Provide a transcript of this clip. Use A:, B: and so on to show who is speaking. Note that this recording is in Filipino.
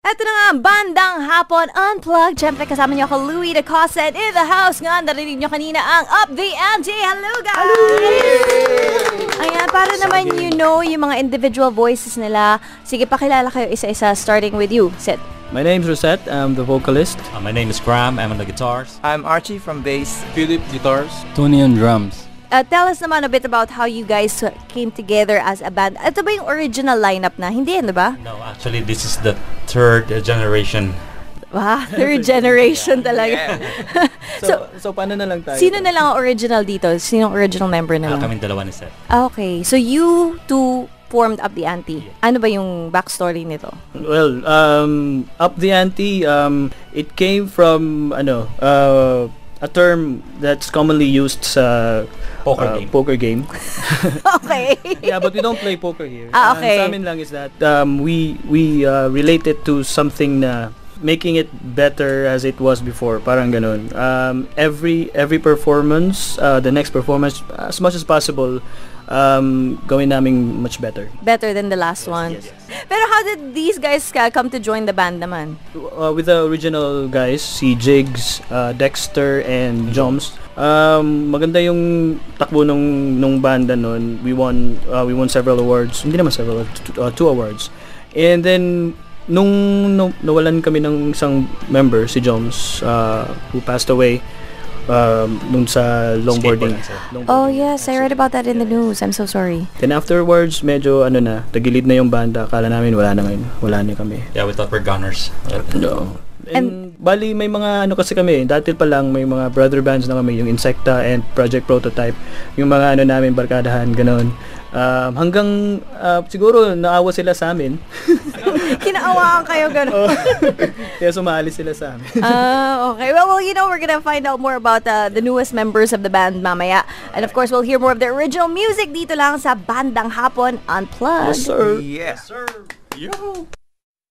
A: Eto na nga, bandang hapon, unplugged. Siyempre, kasama niyo ako, Louie de Cosset in the house. Nga, narinig niyo kanina ang Up the MJ. Hello, guys! Ayan, para naman you know yung mga individual voices nila. Sige, pakilala kayo isa-isa, starting with you, Seth.
B: My name's Rosette. I'm the vocalist.
C: Uh, my name is Graham. I'm on the guitars.
D: I'm Archie from bass.
E: Philip Guitars.
B: Tony on drums.
A: Uh, tell us naman a bit about how you guys came together as a band. Ito ba yung original lineup na? Hindi yan, di ba?
C: No, actually, this is the third uh, generation.
A: Wow, third generation talaga.
B: So, so, paano na lang tayo?
A: Sino na lang ang original dito? Sinong original member na
C: Uh,
A: lang?
C: kami dalawa ni Seth.
A: Ah, okay. So you two formed up the ante. Ano ba yung backstory nito?
B: Well, um, up the ante. Um, it came from ano, uh, a term that's commonly used sa
C: Poker
B: uh,
C: game.
B: poker game.
A: Okay.
B: yeah, but we don't play poker here.
A: Ah,
B: Ang
A: okay.
B: sa amin lang is that um, we we uh, relate it to something na making it better as it was before. Parang ganun. Um, every every performance, uh, the next performance, as much as possible, um, gawin naming much better.
A: Better than the last one. Pero how did these guys ka- come to join the band naman?
B: Uh, with the original guys, si Jigs, uh, Dexter, and Joms. Um, maganda yung takbo nung nung banda nun. We won uh, we won several awards. Hindi naman several, t- uh, two awards. And then nung nu- nawalan kami ng isang member si Joms uh, who passed away um, nung sa longboarding.
C: Skateboarding, sir.
B: Longboarding
A: Oh yes, I read
B: accident.
A: about that in the news. I'm so sorry.
B: Then afterwards, medyo ano na, tagilid na yung banda. Akala namin wala na ngayon. Wala na kami.
C: Yeah, we thought we're gunners.
A: And-
B: No. And, bali may mga ano kasi kami, dati pa lang may mga brother bands na kami, yung Insecta and Project Prototype, yung mga ano namin barkadahan ganun. Um, hanggang ah, siguro naawa sila sa amin,
A: Kinaawaan kayo gano'n.
B: kaya sumali sila sa amin.
A: Ah, okay. Well, well, you know, we're gonna find out more about uh, the newest members of the band mamaya. And of course, we'll hear more of their original music dito lang sa Bandang Hapon Unplugged.
B: sir.
D: Yeah.
C: Yo!